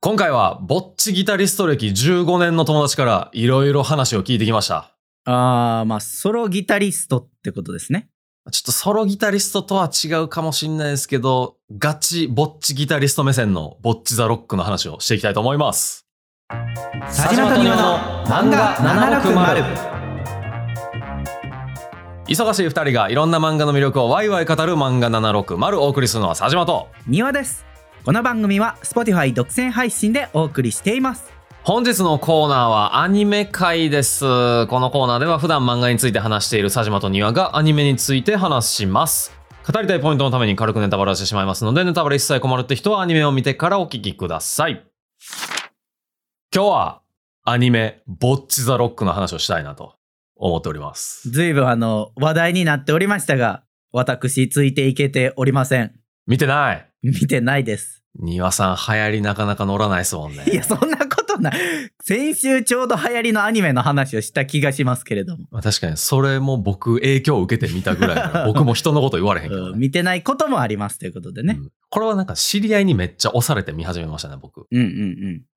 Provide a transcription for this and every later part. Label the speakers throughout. Speaker 1: 今回は、ぼっちギタリスト歴15年の友達からいろいろ話を聞いてきました。
Speaker 2: あー、まあ、ソロギタリストってことですね。
Speaker 1: ちょっとソロギタリストとは違うかもしんないですけど、ガチぼっちギタリスト目線のぼっちザロックの話をしていきたいと思います。
Speaker 2: 佐島と庭の漫画760
Speaker 1: 忙しい二人がいろんな漫画の魅力をワイワイ語る漫画760をお送りするのは佐島と、
Speaker 2: 庭です。この番組は Spotify 独占配信でお送りしています。
Speaker 1: 本日のコーナーはアニメ会です。このコーナーでは普段漫画について話している佐島と庭がアニメについて話します。語りたいポイントのために軽くネタバレをしてしまいますので、ネタバレ一切困るって人はアニメを見てからお聞きください。今日はアニメ、ぼっちザロックの話をしたいなと思っております。
Speaker 2: ずいぶんあの、話題になっておりましたが、私ついていけておりません。
Speaker 1: 見てない
Speaker 2: 見てないです。
Speaker 1: 庭さん流行りなかなか乗らないですもんね。
Speaker 2: いや、そんなことない。先週ちょうど流行りのアニメの話をした気がしますけれども。
Speaker 1: まあ確かにそれも僕影響を受けてみたぐらいなら僕も人のこと言われへんけど
Speaker 2: うん
Speaker 1: ね、
Speaker 2: 見てないこともありますということでね
Speaker 1: う。んこれはなんか知り合いにめっちゃ押されて見始めましたね僕
Speaker 2: うん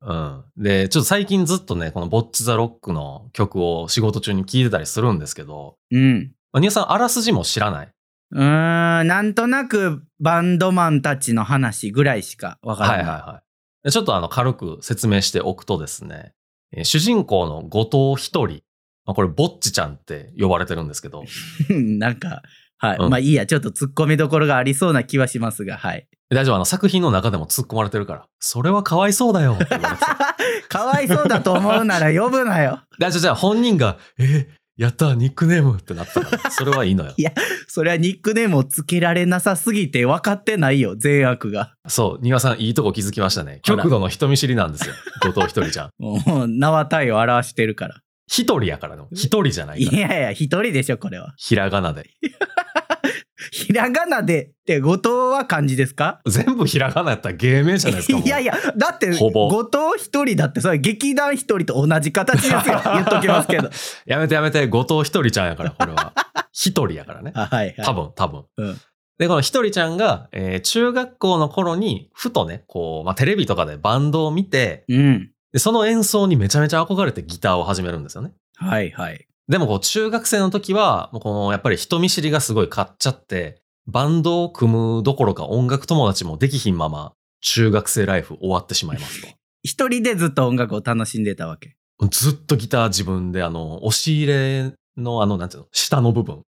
Speaker 2: う
Speaker 1: う
Speaker 2: ん
Speaker 1: んでちょっと最近ずっとねこの「ボッチ・ザ・ロック」の曲を仕事中に聴いてたりするんですけど
Speaker 2: うん。うん。
Speaker 1: まあニューさんあらすじも知らないう
Speaker 2: ーん、なんとなくバンドマンたちの話ぐらいしかわから
Speaker 1: は
Speaker 2: ないい。
Speaker 1: はいはいでちょっとあの軽く説明しておくとですねえー主人公の後藤一人まあこれ、ぼっちちゃんって呼ばれてるんですけ ど、
Speaker 2: うんなんか、はい。
Speaker 1: うん
Speaker 2: まあいいや、ちょっと突っ込みどころがありそうな気はしますが、はい。
Speaker 1: 大丈夫、あの作品の中でも突っ込まれてるから、それはかわいそうだよって言われてた
Speaker 2: かわいそうだと思うなら呼ぶなよ。。
Speaker 1: だじゃあじゃあ本人が、え、やった、ニックネームってなったから、それはいいのよ
Speaker 2: それはニックネームをつけられなさすぎて分かってないよ、善悪が。
Speaker 1: そう、庭さん、いいとこ気づきましたね。
Speaker 2: あら
Speaker 1: 極度の人見知りなん ですよ。後藤一人ちゃん。
Speaker 2: もう、名は体を表してるから。
Speaker 1: 一人やからの。一人じゃない
Speaker 2: い
Speaker 1: から。
Speaker 2: やいや、一人でしょ、これは。
Speaker 1: ひらがなで。
Speaker 2: ひらがなでって、後藤は漢字ですか
Speaker 1: 全部ひらがなやったら芸名じゃないですか。もう
Speaker 2: いやいや、だって、
Speaker 1: ほぼ
Speaker 2: 後藤一人だって、それ劇団一人と同じ形 ですよ。言っときますけど。
Speaker 1: やめてやめて、後藤一人ちゃんやから、これ は。一人やからね。
Speaker 2: あはいはい。
Speaker 1: 多分、多分。
Speaker 2: うん
Speaker 1: で、このひとりちゃんが、えー中学校の頃に、ふとね、こう、まあ、テレビとかでバンドを見て、
Speaker 2: うん。
Speaker 1: で、その演奏にめちゃめちゃ憧れてギターを始めるんですよね。
Speaker 2: はいはい。
Speaker 1: でもこう中学生の時は、もうこのやっぱり人見知りがすごい買っちゃって、バンドを組むどころか音楽友達もできひんまま、中学生ライフ終わってしまいます
Speaker 2: 一人でずっと音楽を楽しんでたわけ。
Speaker 1: と。ずっとギター自分であの、押し入れのあの、なんていうの、下の部 分。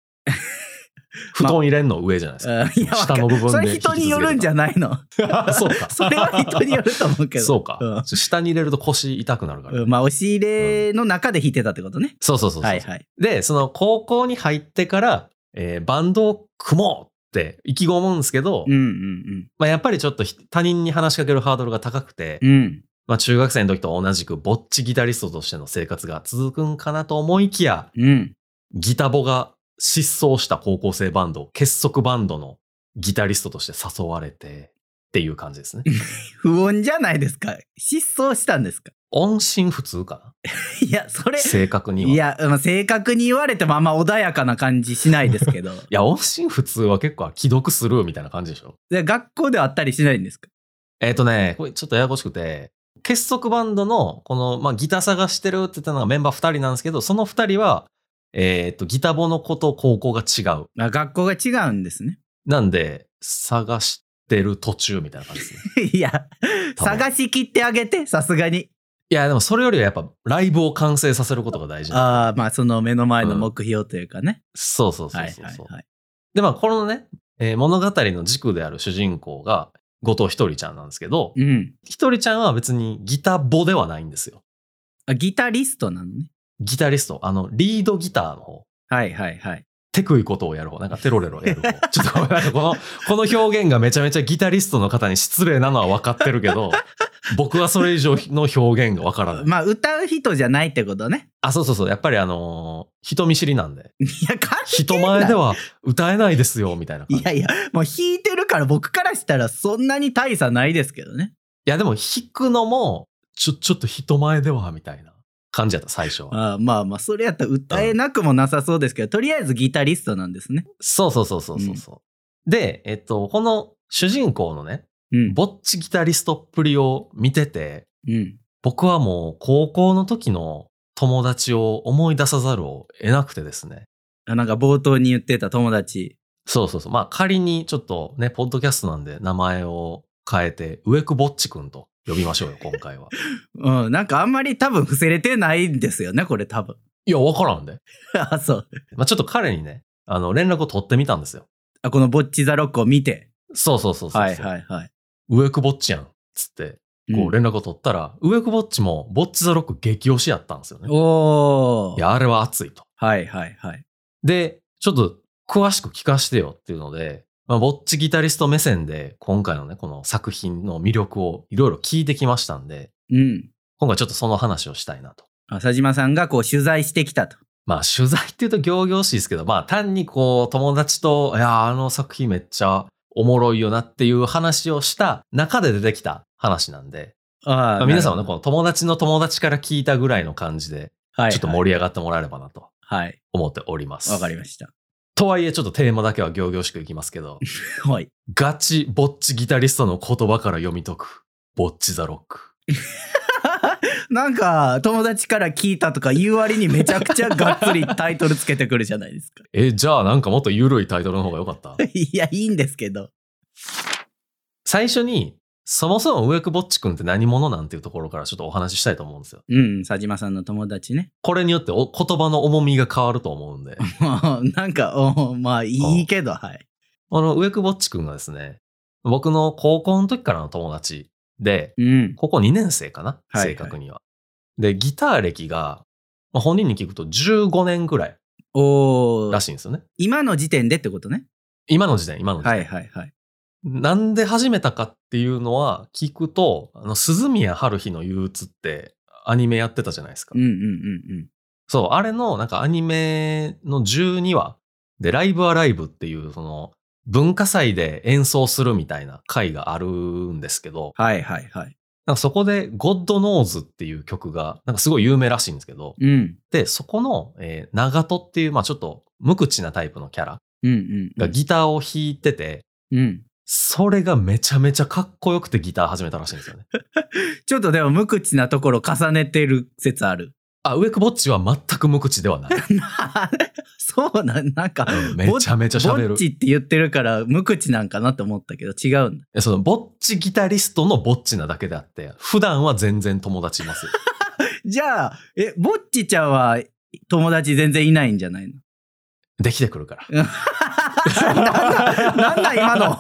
Speaker 1: 布団入れんの上じゃないですか。
Speaker 2: うんいや、わか
Speaker 1: 下の部分で
Speaker 2: それ人によるんじゃないの。
Speaker 1: そうか。
Speaker 2: それは人によると思うけど。
Speaker 1: そうか、
Speaker 2: うん
Speaker 1: 下に入れると腰痛くなるから。
Speaker 2: うんまあ、押し入れの中で弾いてたってことね。
Speaker 1: そうそうそうそう、
Speaker 2: はいはい。
Speaker 1: で、その高校に入ってから、えーバンドを組もうって意気込むんですけど、
Speaker 2: うんうん
Speaker 1: まあ、やっぱりちょっとひ他人に話しかけるハードルが高くて、
Speaker 2: うん。うん。
Speaker 1: まあ、中学生の時と同じくぼっちギタリストとしての生活が続くんかなと思いきや、
Speaker 2: うん。
Speaker 1: ギタボが失踪した高校生バンド、結束バンドのギタリストとして誘われて、っていう感じですね。
Speaker 2: 不穏じゃないですか。失踪したんですか。
Speaker 1: 音信不通か
Speaker 2: いや、そ
Speaker 1: な
Speaker 2: れ、
Speaker 1: 正確には。
Speaker 2: いや、まあ、正確に言われてもあんま穏やかな感じしないですけ ど。
Speaker 1: いや、音信不通は結構既読スルーみたいな感じでしょ。
Speaker 2: で学校ではあったりしないんですか
Speaker 1: えっ、とね、これちょっとややこしくて、結束バンドの、この、まあ、ギター探してるって言ったのがメンバー2人なんですけど、その2人は、えっ、と、ギタボの子と高校が違う。
Speaker 2: あ学校が違うんですね。
Speaker 1: なんで、探してる途中みたいな感じですね。
Speaker 2: いや、
Speaker 1: 多分
Speaker 2: 探し切ってあげて、さすがに。
Speaker 1: いや、でもそれよりはやっぱ、ライブを完成させることが大事な。
Speaker 2: ああ、まあ、その目の前の目標というかね。
Speaker 1: そうそうそう
Speaker 2: はい
Speaker 1: そうそう。
Speaker 2: はいはい。
Speaker 1: で、まあ、このね、えー物語の軸である主人公が、後藤ひとりちゃんなんですけど、
Speaker 2: うん。
Speaker 1: ひとりちゃんは別にギタボではないんですよ。
Speaker 2: あ、ギタリストなのね。
Speaker 1: ギタリスト、あの、リードギターの方。
Speaker 2: はいはいはい。
Speaker 1: テクいことをやる方、なんかテロレロやる方。ちょっとごめんなんかこの、この表現がめちゃめちゃギタリストの方に失礼なのは分かってるけど、僕はそれ以上の表現が分からない。
Speaker 2: まあ、歌う人じゃないってことね。
Speaker 1: あ、そうそうそう。やっぱりあのー人見知りなんで、
Speaker 2: いや、関係
Speaker 1: 人
Speaker 2: ない
Speaker 1: 前で。は歌えないですよ、みたいな感
Speaker 2: い
Speaker 1: じ。い
Speaker 2: やいや、もう弾いてるから僕からしたらそんなに大差ないですけどね。
Speaker 1: や、でも弾くのも、ちょ、ちょっと人前では、みたいな感じやった、最初は。
Speaker 2: あーまあまあ、それやったら歌えなくもなさそうですけど、とりあえずギタリストなんですね。
Speaker 1: そうそうそうそうそうそう。で、えっと、この主人公のね、
Speaker 2: うん。
Speaker 1: ぼっちギタリストっぷりを見てて、
Speaker 2: うん。
Speaker 1: 僕はもう高校の時の友達を思い出さざるを得なくてですね。
Speaker 2: あなんか冒頭に言ってた友達。
Speaker 1: そうそうそう。まあ仮にちょっとね、ポッドキャストなんで名前を変えて、植久ぼっちくんと呼びま しょうよ、今回は。
Speaker 2: うん。なんかあんまり多分伏せれてないんですよね、これ多分。
Speaker 1: いや、わからんで。
Speaker 2: あ、そう。
Speaker 1: まあちょっと彼にね、あの、連絡を取ってみたんですよ。
Speaker 2: あ、このぼっちザロックを見て。
Speaker 1: そうそうそうそうそう。
Speaker 2: はいはいはい。
Speaker 1: 植久ぼっちやん。つって、こう連絡を取ったら、植久ぼっちもぼっちザロック激推しやったんですよ
Speaker 2: う
Speaker 1: ね
Speaker 2: ん、。お
Speaker 1: い
Speaker 2: ー。
Speaker 1: や、あれは熱いと。
Speaker 2: はいはいはい。
Speaker 1: で、ちょっと詳しく聞かしてよっていうので、まあ、ぼっちギタリスト目線で今回のね、この作品の魅力をいろいろ聞いてきましたんで、
Speaker 2: うん。
Speaker 1: 今回ちょっとその話をしたいなと。
Speaker 2: あ佐島さんがこう取材してきたと。
Speaker 1: まあ取材っていうと行々しいですけど、まあ単にこう友達と、いやーあの作品めっちゃおもろいよなっていう話をした中で出てきた話なんで、
Speaker 2: あ
Speaker 1: まあ、皆さんもね、
Speaker 2: なる
Speaker 1: この友達の友達から聞いたぐらいの感じで、
Speaker 2: ほどはい、
Speaker 1: ちょっと盛り上がってもらえればなと
Speaker 2: はい。はい。
Speaker 1: 思っております。
Speaker 2: わかりました。
Speaker 1: とはいえちょっとテーマだけは行々しくいきますけど、
Speaker 2: はい。
Speaker 1: ガチぼっちギタリストの言葉から読み解く。ぼっちザロック。
Speaker 2: なんか、友達から聞いたとか言う割にめちゃくちゃがっつりタイトルつけてくるじゃないですか。
Speaker 1: え、じゃあなんかもっと緩いタイトルの方が良かった
Speaker 2: いや、いいんですけど。
Speaker 1: 最初に、そもそも植久ぼっちくんって何者なんていうところからちょっとお話ししたいと思うんですよ。
Speaker 2: うん、佐島さんの友達ね。
Speaker 1: これによってお言葉の重みが変わると思うんで。
Speaker 2: なんか、おまあ、いいけど、はい。
Speaker 1: この植久ぼっちくんがですね、僕の高校の時からの友達で、
Speaker 2: うん。
Speaker 1: 高校2年生かな
Speaker 2: はいはい
Speaker 1: 正確には。で、ギター歴が、まあ本人に聞くと15年ぐらい
Speaker 2: お
Speaker 1: ら
Speaker 2: ー
Speaker 1: しいんですよね。
Speaker 2: 今の時点でってことね。
Speaker 1: 今の時点、今の時点。
Speaker 2: はいはいはい。
Speaker 1: なんで始めたかっていうのは聞くと、あの、鈴宮春日の憂鬱ってアニメやってたじゃないですか。
Speaker 2: うんうんうんうん。
Speaker 1: そう、あれのなんかアニメの12話で、ライブアライブっていうその文化祭で演奏するみたいな回があるんですけど、
Speaker 2: はいはいはい。
Speaker 1: なんかそこで God Knows っていう曲がなんかすごい有名らしいんですけど、
Speaker 2: うん。
Speaker 1: で、そこの、えー長門っていう、まあちょっと無口なタイプのキャラ
Speaker 2: うんうんう
Speaker 1: が
Speaker 2: ん。
Speaker 1: ギターを弾いてて、
Speaker 2: うん。
Speaker 1: それがめちゃめちゃかっこよくてギター始めたらしいんですよね。
Speaker 2: ちょっとでも無口なところ重ねてる説ある。
Speaker 1: あ、植久ぼっちは全く無口ではない。
Speaker 2: そうなん、なんか、
Speaker 1: うんめちゃめちゃ喋
Speaker 2: ぼ
Speaker 1: る
Speaker 2: っち。って言ってるから無口なんかなと思ったけど違うんだ。
Speaker 1: えその、ぼっちギタリストのぼっちなだけであって、普段は全然友達いますよ。
Speaker 2: じゃあ、え、ぼっちちゃんは友達全然いないんじ ゃないの
Speaker 1: できてくるから。
Speaker 2: なんだ、なんだ 今の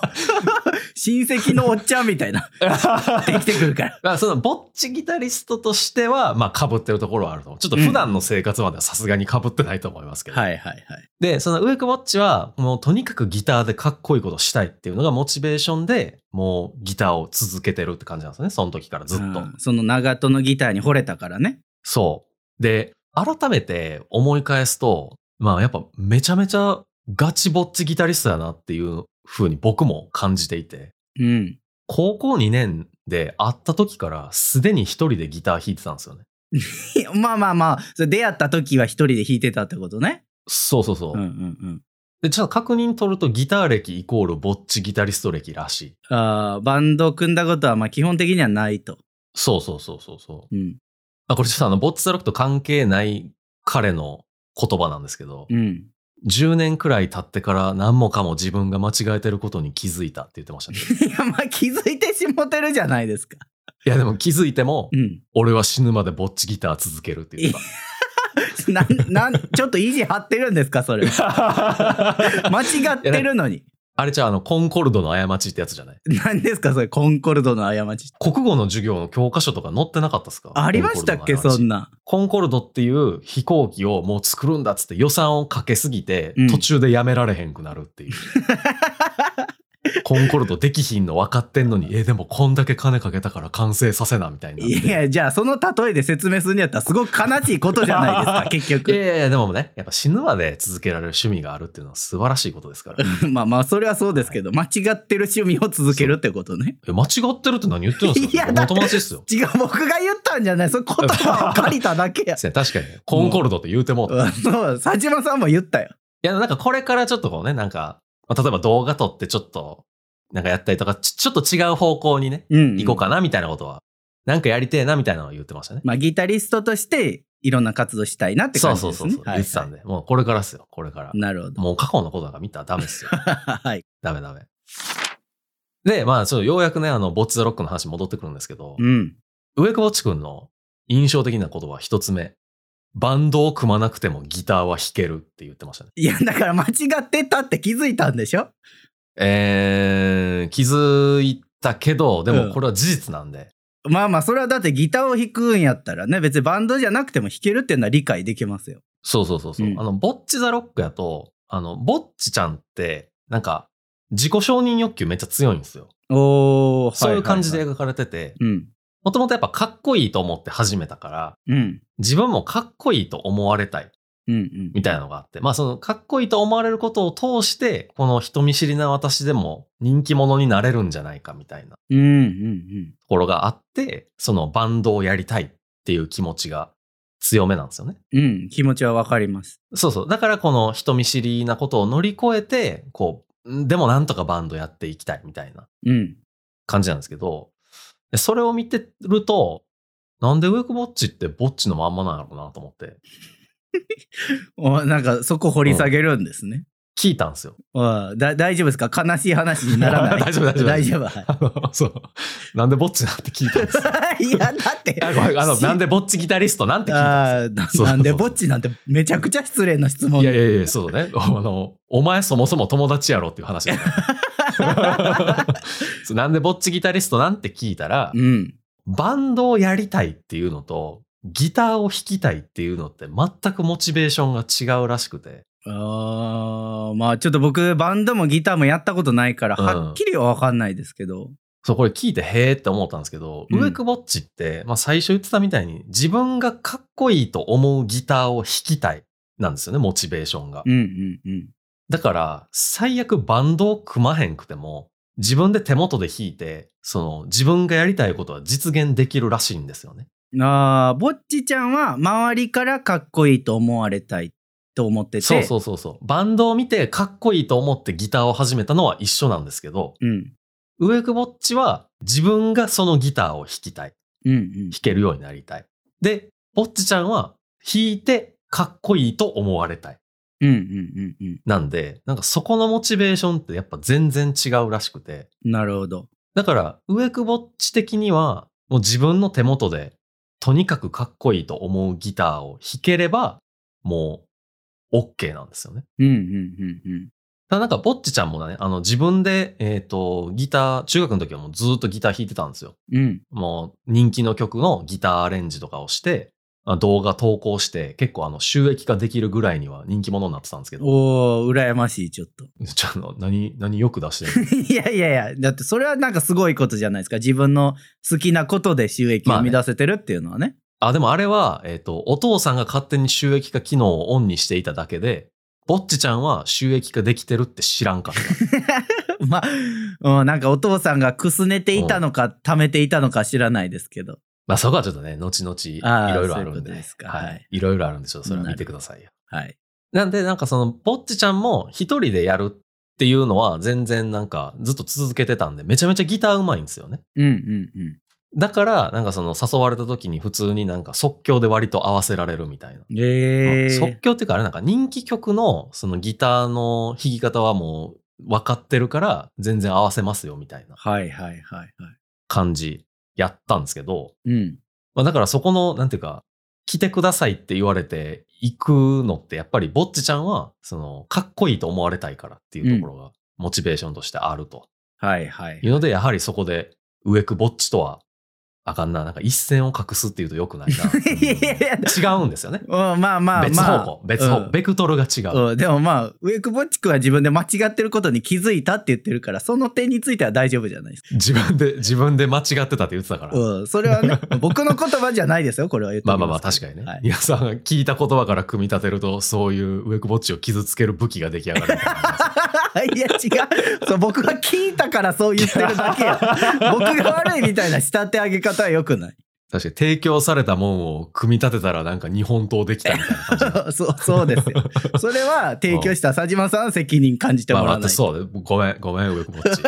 Speaker 2: 親戚のおっちゃんみたいな。 できてく るから。
Speaker 1: まあその、ぼっちギタリストとしては、まあ、被ってるところはあると思う。ちょっと普段の生活まではさすがに被ってないと思いますけど。
Speaker 2: はいはいはい。
Speaker 1: で、その、植久ぼっちは、もう、とにかくギターでかっこいいことしたいっていうのがモチベーションで、もう、ギターを続けてるって感じなんですよね。その時からずっと。
Speaker 2: うんその長門のギターに惚れたからね。
Speaker 1: そう。で、改めて思い返すと、まあやっぱめちゃめちゃガチぼっちギタリストだなっていう風に僕も感じていて、
Speaker 2: うん。
Speaker 1: 高校2年で会った時からすでに一人でギター弾いてたんですよね。
Speaker 2: まあまあまあ、それ出会った時は一人で弾いてたってことね。
Speaker 1: そうそうそう。
Speaker 2: うんうんうん。
Speaker 1: で、ちょっと確認取るとギター歴イコールぼっちギタリスト歴らしい。
Speaker 2: あーバンド組んだことはまあ基本的にはないと。
Speaker 1: そうそうそうそうそう。
Speaker 2: うん。
Speaker 1: あ、これちょっとあの、ぼっちザロックと関係ない彼の言葉なんですけど、
Speaker 2: うん。
Speaker 1: 10年くらい経ってから何もかも自分が間違えてることに気づいたって言ってましたね。
Speaker 2: いやまあ気づいてしもてるじゃないですか。
Speaker 1: いやでも気づいても、
Speaker 2: うん。
Speaker 1: 俺は死ぬまでぼっちギター続けるって 言って
Speaker 2: なん、なん、ちょっと意地張ってるんですか、 それは。
Speaker 1: た。
Speaker 2: 間違ってるのに。
Speaker 1: あれじゃあ、あの、コンコルドの過ちってやつじゃない
Speaker 2: 何ですか、それ、コンコルドの過ち。
Speaker 1: 国語の授業の教科書とか載ってなかったですか
Speaker 2: ありましたっけ、そん
Speaker 1: な。
Speaker 2: な。
Speaker 1: コンコルドっていう飛行機をもう作るんだっつって予算をかけすぎて
Speaker 2: うん、
Speaker 1: 途中でやめられへんくなるっていう。コンコルドできひんの分かってんの に、え、でもこんだけ金かけたから完成させなみたいになっ
Speaker 2: い
Speaker 1: て。
Speaker 2: や、じゃあ、その例えで説明するんやったら、すごく悲しいことじゃないですか、 結
Speaker 1: いや
Speaker 2: 局。
Speaker 1: いやいや、でもね、やっぱ死ぬまで続けられる趣味があるっていうのは素晴らしいことですから。
Speaker 2: まあまあ、それはそうですけど、間違ってる趣味を続けるってことね。
Speaker 1: え、間違ってるって何言ってるんですか
Speaker 2: いや
Speaker 1: 僕
Speaker 2: だ
Speaker 1: の
Speaker 2: って
Speaker 1: 友達ですよ。
Speaker 2: 違う、僕が言ったんじゃない。その言葉を借りただけや。
Speaker 1: 確かにね、コンコルドって言うてもう た。い
Speaker 2: うんそう、佐島さんも言ったよ。
Speaker 1: や、なんかこれからちょっとこうね、なんか、まあ、例えば動画撮ってちょっと、なんかやったりとか、ちちょっと違う方向にね、
Speaker 2: うん、
Speaker 1: 行こう
Speaker 2: か。
Speaker 1: かなみたいなことは、なんかやりてえなみたいなのを言ってましたね。
Speaker 2: まあ、ギタリストとして、いろんな活動したいなって
Speaker 1: そ
Speaker 2: 感
Speaker 1: う
Speaker 2: じ
Speaker 1: そ
Speaker 2: で
Speaker 1: う
Speaker 2: す
Speaker 1: そ
Speaker 2: ね。
Speaker 1: うそう、言ってたんで、もうこれからっすよ、これから。
Speaker 2: なるほど。
Speaker 1: もう過去のことなんか見たらダメっすよ。
Speaker 2: はい。
Speaker 1: ダメダメ。で、まあ、ちょっとようやくね、あの、ボッツ・ザ・ロックの話戻ってくるんですけど、
Speaker 2: うん。
Speaker 1: 植久保地君の印象的な言葉一つ目。バンドを組まなくてもギターは弾けるって言ってましたね。
Speaker 2: いや、だから間違ってたって気づいたんでしょ
Speaker 1: えー、気づいたけど、でもこれは事実なんで。
Speaker 2: まあまあ、それはだってギターを弾くんやったらね、別にバンドじゃなくても弾けるっていうのは理解できますよ。
Speaker 1: そうそうそうそう。
Speaker 2: うん
Speaker 1: あの、ボッチ・ザ・ロックやと、あの、ボッチちゃんって、なんか、自己承認欲求めっちゃ強いんですよ。
Speaker 2: おー、
Speaker 1: そういう感じで
Speaker 2: は
Speaker 1: 描かれてて、
Speaker 2: いはいはい。
Speaker 1: もともとやっぱかっこいいと思って始めたから、
Speaker 2: うん。うん。
Speaker 1: 自分もかっこいいと思われたい。
Speaker 2: うんうん。
Speaker 1: みたいなのがあって、まあそのかっこいいと思われることを通して、この人見知りな私でも人気者になれるんじゃないかみたいなと
Speaker 2: うんうん
Speaker 1: ころがあって、そのバンドをやりたいっていう気持ちが強めなんですよね。
Speaker 2: うん。うん。気持ちはわかります。
Speaker 1: そうそう。だからこの人見知りなことを乗り越えて、こう、んでもなんとかバンドやっていきたいみたいな
Speaker 2: うん。
Speaker 1: 感じなんですけど、でそれを見てると、なんでウェイクボッチってボッチのまんまなんやろうなと思って
Speaker 2: おなんかそこ掘り下げるんですね。
Speaker 1: 聞いたんですよ。
Speaker 2: おだ大丈夫ですか悲しい話にならな い。
Speaker 1: 大丈夫大丈夫
Speaker 2: 大丈夫。は
Speaker 1: あの そう。なんでボッチなんて聞いたんですよ
Speaker 2: いいや、だっ て。
Speaker 1: あ、ごめんあの、
Speaker 2: し
Speaker 1: なんでぼっちギタリストなんて聞いたん
Speaker 2: あーな
Speaker 1: そうそうそう
Speaker 2: なんでぼっちなんてめちゃくちゃ失礼な質問
Speaker 1: いやいやいや、そう だね。あの、お前そもそも友達やろっていう話だ から。そうなんでぼっちギタリストなんて聞いたら、
Speaker 2: うん
Speaker 1: バンドをやりたいっていうのと、ギターを弾きたいっていうのって全くモチベーションが違うらしくて。
Speaker 2: あーまあちょっと僕バンドもギターもやったことないから
Speaker 1: うん
Speaker 2: はっきりは分かんないですけど、
Speaker 1: そう、これ聞いてへーって思ったんですけど、
Speaker 2: うん
Speaker 1: 植久ぼっちって、まあ最初言ってたみたいに自分がかっこいいと思うギターを弾きたいなんですよね、モチベーションが
Speaker 2: う。ん、うんうん
Speaker 1: だから、最悪バンドを組まへんくても、自分で手元で弾いて、その自分がやりたいことは実現できるらしいんですよね。
Speaker 2: あーぼっちちゃんは周りからかっこいいと思われたいと思ってて
Speaker 1: そうそうそうそう。バンドを見てかっこいいと思ってギターを始めたのは一緒なんですけど、
Speaker 2: うん
Speaker 1: 植久ぼっちは自分がそのギターを弾きたい。
Speaker 2: うんうん
Speaker 1: 弾けるようになりたい。で、ぼっちちゃんは弾いてかっこいいと思われたい。
Speaker 2: うんうんうんうん
Speaker 1: なんで、なんかそこのモチベーションってやっぱ全然違うらしくて、
Speaker 2: なるほど
Speaker 1: だから、植久保っち的には、もう自分の手元で、とにかくかっこいいと思うギターを弾ければ、もう、OK なんですよね。
Speaker 2: うんうんうんうん
Speaker 1: ただなんか、ぼっちちゃんもね、あの、自分で、えっ、と、ギター、中学の時はもうずっとギター弾いてたんですよ。
Speaker 2: うん
Speaker 1: もう、人気の曲のギターアレンジとかをして、あ動画投稿して、結構あの、収益化できるぐらいには人気者になってたんですけど、
Speaker 2: おー羨ましいちょっと
Speaker 1: ちょっと、何、何よく出してる
Speaker 2: いやいやいやだってそれはなんかすごいことじゃないですか自分の好きなことで収益を生み出せてるっていうのはね,、
Speaker 1: あ、でもあれは、えっ、と、お父さんが勝手に収益化機能をオンにしていただけで、ぼっちちゃんは収益化できてるって知らんか った。
Speaker 2: まあ、うん、なんかお父さんがくすねていたのか、貯めていたのか知らないですけど。
Speaker 1: まあそこはちょっとね、後々い
Speaker 2: あー
Speaker 1: ろいろあるんで。
Speaker 2: そういうことですか
Speaker 1: は
Speaker 2: はいい。
Speaker 1: いろいろあるんでちょっとそれは見てくださいよ。
Speaker 2: はい。
Speaker 1: なんで、なんかその、ぼっちちゃんも一人でやるっていうのは全然なんかずっと続けてたんで、めちゃめちゃギターうまいんですよね。
Speaker 2: うんうんうん。
Speaker 1: だから、なんかその誘われた時に普通になんか即興で割と合わせられるみたいな。
Speaker 2: ええ
Speaker 1: 即興っていうかあれなんか人気曲のそのギターの弾き方はもう分かってるから全然合わせますよみたいな
Speaker 2: はいはいはいはい。
Speaker 1: 感じやったんですけど、
Speaker 2: うん。
Speaker 1: まあ、だからそこのなんていうか来てくださいって言われて行くのってやっぱりぼっちちゃんはそのかっこいいと思われたいからっていうところがモチベーションとしてあると
Speaker 2: はいはい
Speaker 1: いう。ので、やはりそこで植くぼっちとはあかんななんか一線を隠すっていうと良くない
Speaker 2: いやいやいや
Speaker 1: な違うんですよね
Speaker 2: うん、まあまあまあ。
Speaker 1: 別方向、別方向、
Speaker 2: うん
Speaker 1: ベクトルが違う、
Speaker 2: うんでもまあ、ウェイクボッチ君は自分で間違ってることに気づいたって言ってるから、その点については大丈夫じゃないですか。
Speaker 1: 自分で、自分で間違ってたって言ってたから。
Speaker 2: うん、それはね、僕の言葉じゃないですよ、これは言って
Speaker 1: まあ
Speaker 2: おき
Speaker 1: まあまあ
Speaker 2: す
Speaker 1: 確かにね。
Speaker 2: はい
Speaker 1: 皆さんが聞いた言葉から組み立てると、そういうウェクボッチを傷つける武器が出来上がるみたい な。
Speaker 2: いや違うそう 僕は聞いたからそう言ってるだけや僕が悪いみたいな仕立て上げ方は良くない
Speaker 1: 確かに提供されたもんを組み立てたらなんか日本刀できたみたいな感じ。
Speaker 2: そう、そうですよ。それは提供した佐島さん責任感じてもら
Speaker 1: まあ
Speaker 2: わ
Speaker 1: 待
Speaker 2: な
Speaker 1: って
Speaker 2: いと。
Speaker 1: そうね。ごめん、ごめん、上くぼっ ち。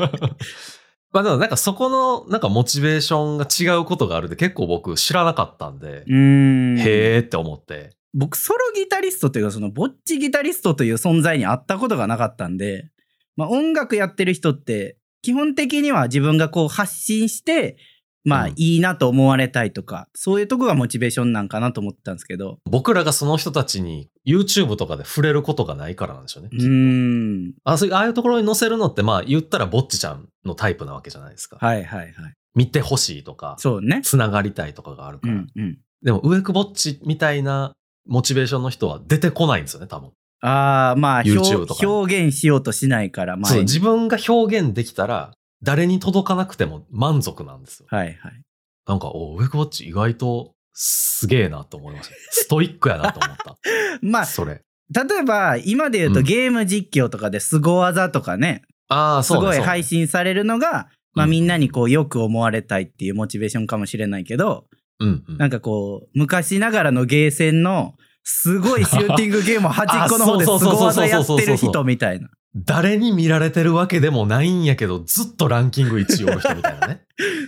Speaker 1: まあでもなんかそこのなんかモチベーションが違うことがあるって結構僕知らなかったんで、
Speaker 2: うーん。
Speaker 1: へーって思って。
Speaker 2: 僕ソロギタリストというかそのぼっちギタリストという存在に会ったことがなかったんで、まあ、音楽やってる人って基本的には自分がこう発信してまあ
Speaker 1: うん
Speaker 2: いいなと思われたいとか、そういうとこがモチベーションなんかなと思ってたんですけど
Speaker 1: 僕らがその人たちに YouTube とかで触れることがないからなんでしょうね。
Speaker 2: うーん
Speaker 1: あそういうああいうところに載せるのってまあ言ったらぼっちちゃんのタイプなわけじゃないですか。
Speaker 2: はいはいはい
Speaker 1: 見てほしいとか、
Speaker 2: そうね
Speaker 1: つながりたいとかがある
Speaker 2: う
Speaker 1: から。
Speaker 2: んうん
Speaker 1: でも上くぼっちみたいなモチベーションの人は出てこないんですよね、多分。
Speaker 2: ああまあ
Speaker 1: YouTube とか
Speaker 2: 表
Speaker 1: ね
Speaker 2: 表現しようとしないから前
Speaker 1: そう、
Speaker 2: に
Speaker 1: 自分が表現できたら、誰に届かなくても満足なんですよ。
Speaker 2: はいはい
Speaker 1: なんか、お、ウェイクウォッチ意外とすげえなと思いました。ストイックやなと思っ
Speaker 2: ま
Speaker 1: た。
Speaker 2: あ
Speaker 1: それ。
Speaker 2: 例えば今で言うと
Speaker 1: うん
Speaker 2: ゲーム実況とかで凄技とかね、
Speaker 1: ああ、
Speaker 2: す
Speaker 1: そうね
Speaker 2: ごい
Speaker 1: そうね
Speaker 2: 配信されるのが、まあ、
Speaker 1: うん
Speaker 2: みんなにこうよく思われたいっていうモチベーションかもしれないけど、
Speaker 1: うん、うん。
Speaker 2: なんかこう昔ながらのゲーセンのすごいシューティングゲームを端っこの方で
Speaker 1: あそう
Speaker 2: す
Speaker 1: そう
Speaker 2: ご
Speaker 1: そうそうそう
Speaker 2: 技やってる人みたいな
Speaker 1: 誰に見られてるわけでもないんやけど、ずっとランキング1位の人みたいなね。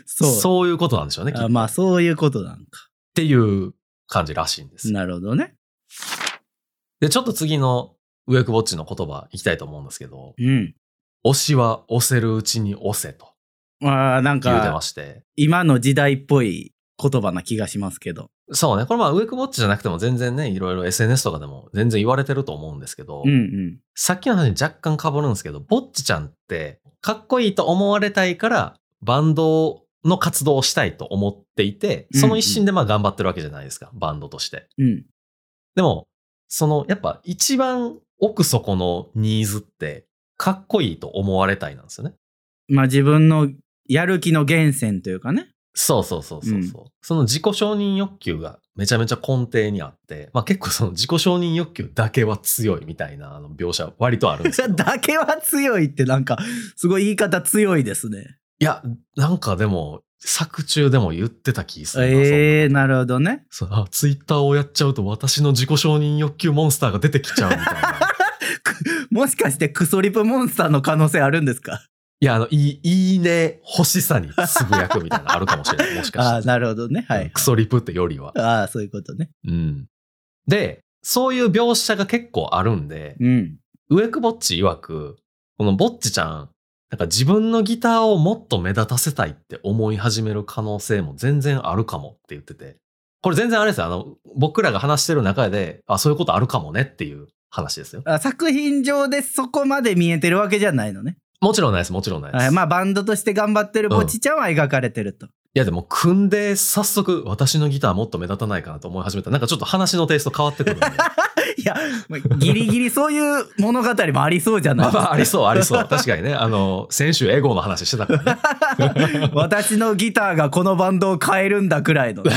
Speaker 2: そう
Speaker 1: そういうことなんでしょうね。きっと
Speaker 2: あ
Speaker 1: っ
Speaker 2: まあそういうことなんか
Speaker 1: ていう感じらしいんです。
Speaker 2: なるほどね
Speaker 1: で、ちょっと次のウェイクウォッチの言葉いきたいと思うんですけど、
Speaker 2: うん
Speaker 1: 推しは押せるうちに押せと
Speaker 2: まあなん
Speaker 1: 言うてま
Speaker 2: か
Speaker 1: して。
Speaker 2: 今の時代っぽい言葉な気がしますけど
Speaker 1: そうね。これまあ、ウェイクウォッチじゃなくても全然ね、いろいろ SNS とかでも全然言われてると思うんですけど、
Speaker 2: うんうん
Speaker 1: さっきの話に若干被るんですけど、ぼっちちゃんって、かっこいいと思われたいから、バンドの活動をしたいと思っていて、その一心でまあ頑張ってるわけじゃないですか、バンドとして。
Speaker 2: うん
Speaker 1: でも、その、やっぱ一番奥底のニーズって、かっこいいと思われたいなんですよね。
Speaker 2: まあ自分のやる気の源泉というかね
Speaker 1: そうそうそうそうそう、その自己承認欲求がめちゃめちゃ根底にあって、まあ結構その自己承認欲求だけは強いみたいなあの描写割とあるんです
Speaker 2: そ
Speaker 1: け
Speaker 2: れ
Speaker 1: ど。
Speaker 2: だけは強いってなんかすごい言い方強いですね。
Speaker 1: いや、なんかでも、作中でも言ってた気するな。
Speaker 2: ええなるほどね。
Speaker 1: そんなそうあ、ツイッターをやっちゃうと私の自己承認欲求モンスターが出てきちゃうみたい な。
Speaker 2: もしかしてクソリプモンスターの可能性あるんですか
Speaker 1: いや、あの、いい、いいね、欲しさにつぶやくみたいなのあるかもしれない。もしか
Speaker 2: あ
Speaker 1: し
Speaker 2: あ
Speaker 1: て。
Speaker 2: なるほどね。は
Speaker 1: うん
Speaker 2: い。
Speaker 1: クソリプってよりは。
Speaker 2: ああそういうことね。
Speaker 1: うん。で、そういう描写が結構あるんで、
Speaker 2: うん。
Speaker 1: 植久ぼっち曰く、このぼっちちゃん、なんか自分のギターをもっと目立たせたいって思い始める可能性も全然あるかもって言ってて。これ全然あれですよ。あの、僕らが話してる中で、あ、そういうことあるかもねっていう話ですよ。
Speaker 2: あ作品上でそこまで見えてるわけじゃないのね。
Speaker 1: もちろんないです、もちろんないです。
Speaker 2: はい、
Speaker 1: い
Speaker 2: まあバンドとして頑張ってるぼちちゃんは描かれてると。
Speaker 1: やでも、組んで早速、私のギターもっと目立たないかなと思い始めた。なんかちょっと話のテイスト変わってくるんで。
Speaker 2: いやまあギリギリそういう物語もありそうじゃない
Speaker 1: まあ
Speaker 2: です
Speaker 1: ま
Speaker 2: か。
Speaker 1: あ、ありそう、ありそう。確かにね、あの、先週エゴの話してたからね。
Speaker 2: 私のギターがこのバンドを変えるんだくら いの、ね、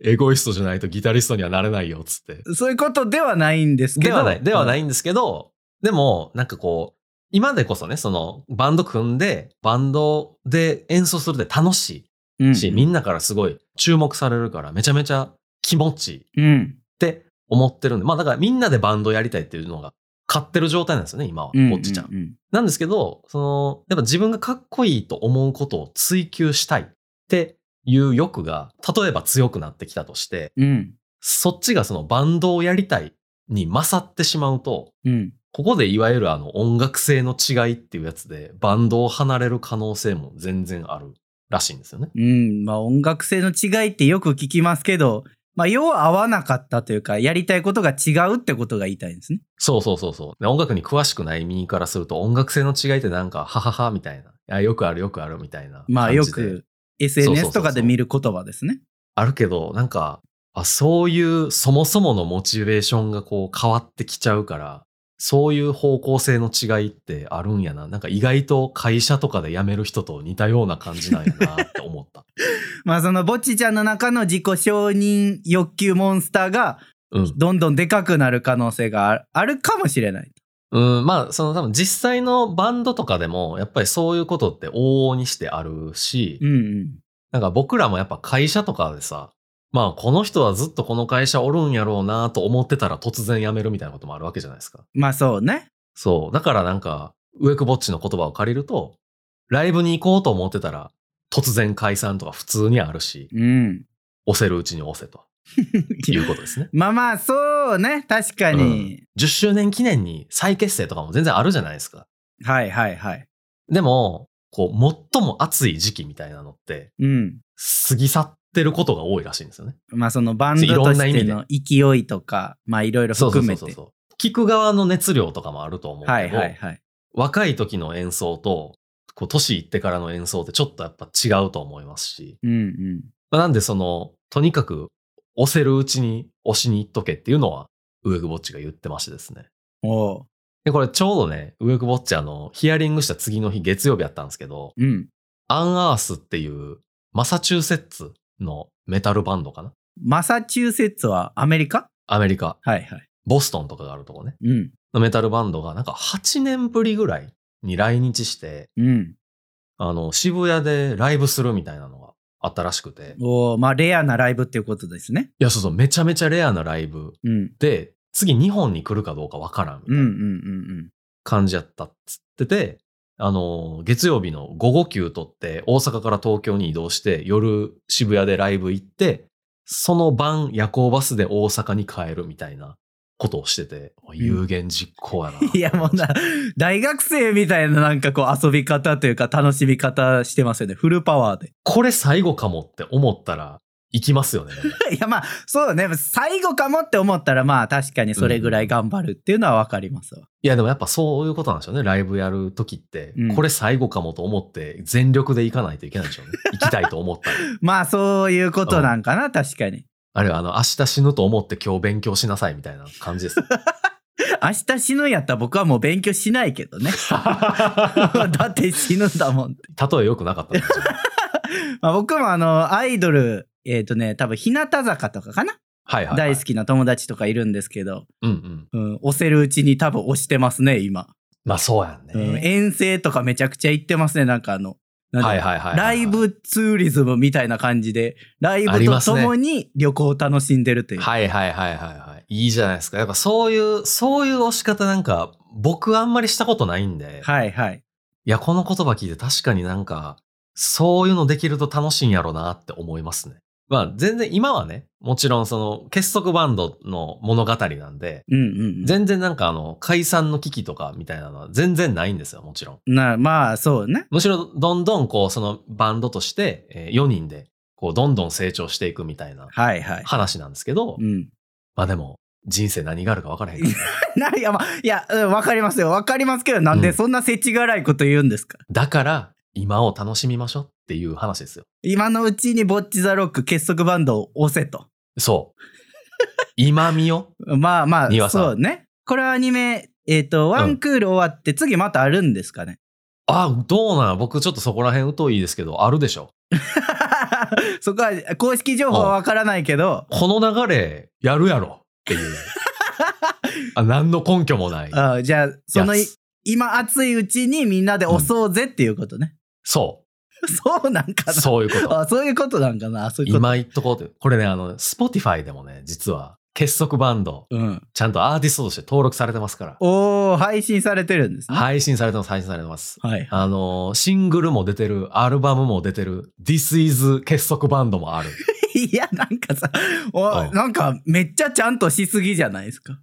Speaker 1: エゴイストじゃないとギタリストにはなれないよ、つって。
Speaker 2: そういうことではないんですけ
Speaker 1: で
Speaker 2: ど
Speaker 1: はない、ではいないんですけど、でも、なんかこう、今でこそね、その、バンド組んで、バンドで演奏するって楽し
Speaker 2: うん
Speaker 1: いし、みんなからすごい注目されるから、めちゃめちゃ気持ちいいっ
Speaker 2: うん。
Speaker 1: て思ってるんで、まあだからみんなでバンドやりたいっていうのが、勝ってる状態なんですよね、今は、ぼっちちゃん。
Speaker 2: ん。
Speaker 1: なんですけど、その、やっぱ自分がかっこいいと思うことを追求したいっていう欲が、例えば強くなってきたとして、
Speaker 2: うん。
Speaker 1: そっちがそのバンドをやりたいに勝ってしまうと、
Speaker 2: うん。
Speaker 1: ここでいわゆるあの音楽性の違いっていうやつで、バンドを離れる可能性も全然あるらしいんですよね。
Speaker 2: うん。まあ音楽性の違いってよく聞きますけど、まあ要は合わなかったというか、やりたいことが違うってことが言いたいんですね。
Speaker 1: そうそうそうそう。で音楽に詳しくない身からすると、音楽性の違いってなんか、はははみたいな。いやよくあるよくあるみたいな。
Speaker 2: まあよ。く
Speaker 1: そうそうそう
Speaker 2: SNS
Speaker 1: そ
Speaker 2: と
Speaker 1: う
Speaker 2: かで見る言葉ですね。
Speaker 1: あるけど、なんか、あそういうそもそものモチベーションがこう変わってきちゃうから、そういう方向性の違いってあるんやな。なんか意外と会社とかで辞める人と似たような感じなんやなって思った。
Speaker 2: まあそのぼっちちゃんの中の自己承認欲求モンスターが
Speaker 1: うん。
Speaker 2: どんどんでかくなる可能性がああるかもしれない。
Speaker 1: うん、まあ、その多分実際のバンドとかでも、やっぱりそういうことって往々にしてあるし、
Speaker 2: うんうん。
Speaker 1: なんか僕らもやっぱ会社とかでさ、まあこの人はずっとこの会社おるんやろうなと思ってたら突然辞めるみたいなこともあるわけじゃないですか。
Speaker 2: まあそうね。
Speaker 1: そう。だからなんか、植久ぼっちの言葉を借りると、ライブに行こうと思ってたら、突然解散とか普通にあるし、
Speaker 2: うん。。
Speaker 1: 押せるうちに押せということですね
Speaker 2: まあまあそうね。確かに。
Speaker 1: 10周年記念に再結成とかも全然あるじゃないですか。
Speaker 2: はいはいはい。
Speaker 1: でも、こう、最も暑い時期みたいなのって、
Speaker 2: うん。
Speaker 1: 過ぎ去ってることが多いらしいんですよね。
Speaker 2: まあそのバンドとしての勢いとか、まあいろいろ
Speaker 1: そう
Speaker 2: 含
Speaker 1: そうそ
Speaker 2: め
Speaker 1: うそうそ
Speaker 2: て。
Speaker 1: う。聞く側の熱量とかもあると思うけど、
Speaker 2: はいはいはい。
Speaker 1: 若い時の演奏と、こう、年いってからの演奏ってちょっとやっぱ違うと思いますし、
Speaker 2: うんうん。
Speaker 1: まあ、なんでその、とにかく押せるうちに押しに行っとけっていうのは、ウエグボッチが言ってましてですね。
Speaker 2: おう。
Speaker 1: で、これちょうどね、ウエグボッチあの、ヒアリングした次の日月曜日やったんですけど、
Speaker 2: うん。
Speaker 1: アンアースっていうマサチューセッツのメタルバンドかな
Speaker 2: マサチューセッツはアメリカ
Speaker 1: アメリカ、
Speaker 2: はいはい。
Speaker 1: ボストンとかがあるとこね、
Speaker 2: うん。
Speaker 1: のメタルバンドがなんか8年ぶりぐらいに来日して、
Speaker 2: うん。
Speaker 1: あの、渋谷でライブするみたいなのがあったらしくて、い
Speaker 2: おおまあレアなライブっていうことですね。
Speaker 1: や、そうそう、めちゃめちゃレアなライブ
Speaker 2: うん。
Speaker 1: で、次日本に来るかどうかわからんみ
Speaker 2: うん
Speaker 1: たい
Speaker 2: うん
Speaker 1: な感じやったっつってて、あの、月曜日の午後休取って、大阪から東京に移動して、夜渋谷でライブ行って、その晩夜行バスで大阪に帰るみたいなことをしてて、有言実行やな。
Speaker 2: うんうん。いやもうな、大学生みたいななんかこう遊び方というか楽しみ方してますよね。フルパワーで。
Speaker 1: これ最後かもって思ったら、行きますよね。
Speaker 2: いやまあそうだね。最後かもって思ったらまあ確かにそれぐらい頑張るっていうのはわかりますわ。
Speaker 1: いやでもやっぱそういうことなんでしょうね。ライブやるときって、
Speaker 2: うん
Speaker 1: これ最後かもと思って、全力で行かないといけないでしょうね。行きたいと思ったら。
Speaker 2: まあそういうことなんかな、確かに。
Speaker 1: あるいはあの、明日死ぬと思って今日勉強しなさいみたいな感じで す。
Speaker 2: 明日死ぬんやったら僕はもう勉強しない けどね。だって死ぬんだもん。
Speaker 1: 例え良くなかったん ですよ。
Speaker 2: まあ、僕もあの、アイドル、えっ、とね、多分日向坂とかかな、
Speaker 1: はいはい、
Speaker 2: 大好。きな友達とかいるんですけど、
Speaker 1: うんうん。
Speaker 2: うん、押せるうちに多分押してますね、今。
Speaker 1: まあそうやんね。
Speaker 2: うん、遠征とかめちゃくちゃ行ってますね、なんかあの、なんだ
Speaker 1: はいはいはいはい。
Speaker 2: ライブツーリズムみたいな感じで、ライ
Speaker 1: あ
Speaker 2: ブ
Speaker 1: りま
Speaker 2: と
Speaker 1: す
Speaker 2: と
Speaker 1: ね
Speaker 2: もに旅行を楽しんでるという。
Speaker 1: はいはいはいはいはい。いいじゃないですか。やっぱそういう、そういう押し方なんか、僕あんまりしたことないんで、い、
Speaker 2: はいはい。
Speaker 1: や、この言葉聞いて確かになんか、そういうのできると楽しいんやろうなって思いますね。まあ全然今はね、もちろんその結束バンドの物語なんで、
Speaker 2: うんうんうん。
Speaker 1: 全然なんかあの、解散の危機とかみたいなのは全然ないんですよ、もちろん。
Speaker 2: なまあ、そうね。
Speaker 1: むしろどんどんこうそのバンドとしてえー4人でこうどんどん成長していくみたいな
Speaker 2: はいはい。
Speaker 1: 話なんですけど、
Speaker 2: うん。
Speaker 1: まあでも人生何があるか分からへんから ね
Speaker 2: ないや、まあ、いや、うんわかりますよ。わかりますけど、なん
Speaker 1: う
Speaker 2: で
Speaker 1: ん
Speaker 2: そんな世知辛いこと言うんですか、
Speaker 1: だから今を楽しみましょうっていう話ですよ
Speaker 2: 今のうちにボッチザロック結束バンドを押せと。
Speaker 1: そう 今見よ
Speaker 2: まあま
Speaker 1: 丹羽
Speaker 2: あ、
Speaker 1: さん
Speaker 2: そうね。これはアニメ、えっ、と、ワンクール終わって、次またあるんですかね。
Speaker 1: あどうなの僕ちょっとそこら辺疎いですけどあるでしょ
Speaker 2: そこは、公式情報はわからないけど、
Speaker 1: この流れやるやろって いうあ何の根拠もない
Speaker 2: あじゃあ、その、
Speaker 1: や
Speaker 2: い
Speaker 1: つ
Speaker 2: 今熱いうちにみんなで押そうぜっていうことね。
Speaker 1: そ
Speaker 2: そうなんか
Speaker 1: う
Speaker 2: な。
Speaker 1: そういうこと
Speaker 2: あそういうことなんかな。そういうこと。
Speaker 1: 今言っとこうってこれねあの Spotify でもね実は結束バンド
Speaker 2: うん。
Speaker 1: ちゃんとアーティストとして登録されてますから。
Speaker 2: おー、配信されてるんですね。
Speaker 1: 配信されてます、配信されてます。
Speaker 2: はい。
Speaker 1: あのー、シングルも出てる、アルバムも出てる、This is 結束バンド もある。
Speaker 2: いや、なんかさ、
Speaker 1: う
Speaker 2: お
Speaker 1: ん
Speaker 2: なんかめっちゃちゃんとしすぎじゃないで すか。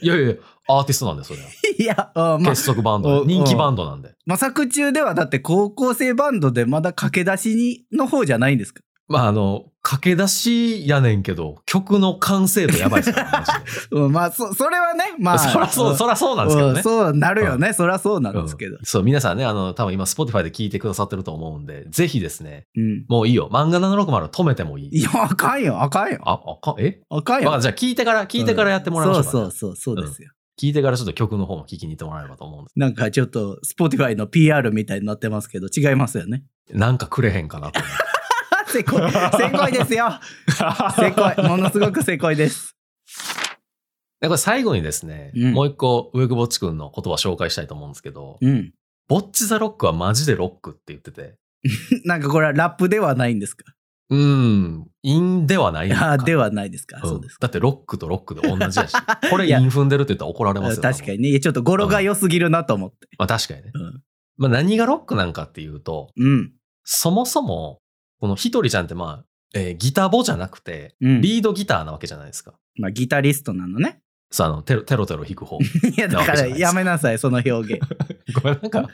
Speaker 1: いやいやいや、アーティストなんで、それは。
Speaker 2: いや、あ まあ、
Speaker 1: 結束バンド
Speaker 2: お
Speaker 1: で、人気バンドなんで。
Speaker 2: まさく中ではだって高校生バンドでまだ駆け出しにの方じゃないんですか。
Speaker 1: まあ、あの、駆け出しやねんけど、曲の完成度やばいです から、マジで
Speaker 2: うん、まあ、そ、それはね、まあ。
Speaker 1: そらそう、そらそうなんですけど
Speaker 2: う
Speaker 1: ね
Speaker 2: ん。そうなるよね。そらそうなんですけど
Speaker 1: うん。そう、皆さんね、あの、多分今、Spotify で聞いてくださってると思うんで、ぜひですね、
Speaker 2: うん。
Speaker 1: もういいよ。漫画760止めてもいい。
Speaker 2: いや、あかんよ、あかんよ。
Speaker 1: あ、あかん、え
Speaker 2: あかん
Speaker 1: まあ、
Speaker 2: よ。
Speaker 1: じゃあ聞いてから、聞いてからやってもらいましょ
Speaker 2: そうう
Speaker 1: かね
Speaker 2: そうそう、そうですよ。
Speaker 1: 聞いてからちょっと曲の方も聞きに行ってもらえればと思うんで
Speaker 2: なんかちょっと、Spotify の PR みたいになってますけど、違います よね。
Speaker 1: す。なんかくれへんかなと思って。
Speaker 2: あせこい。 せこいですよ。せこい。ものすごくせこいです。
Speaker 1: でこれ最後にですね、
Speaker 2: うん
Speaker 1: もう一個、ウェグボッチ君の言葉紹介したいと思うんですけど、
Speaker 2: うん。
Speaker 1: ボッチザロックはマジでロックって言ってて、
Speaker 2: なんかこれはラップではないんですか
Speaker 1: うん、インではない
Speaker 2: い
Speaker 1: のか
Speaker 2: や、ではないですか。
Speaker 1: うん
Speaker 2: そうですか。
Speaker 1: だってロックとロックで同じや し、これ
Speaker 2: い
Speaker 1: イ
Speaker 2: や
Speaker 1: ン踏んでるって言ったら怒られますよ。
Speaker 2: 確か
Speaker 1: に。
Speaker 2: にね。いやちょっと語呂が良すぎるなと思って。
Speaker 1: まあ確かにね。
Speaker 2: うん
Speaker 1: まあ何がロックなんかっていうと、
Speaker 2: うん。
Speaker 1: そもそも、このひとりちゃんってまあ、えーギターボじゃなくて、
Speaker 2: うん。
Speaker 1: リードギターなわけじゃないですか。
Speaker 2: まあ、ギタリストなのね。
Speaker 1: そう、あの、テロテロテロ弾く方。
Speaker 2: いや、だ
Speaker 1: なわけ
Speaker 2: か
Speaker 1: じゃ
Speaker 2: ら
Speaker 1: ないです
Speaker 2: やめなさい、その表現。
Speaker 1: ごめん、なんか、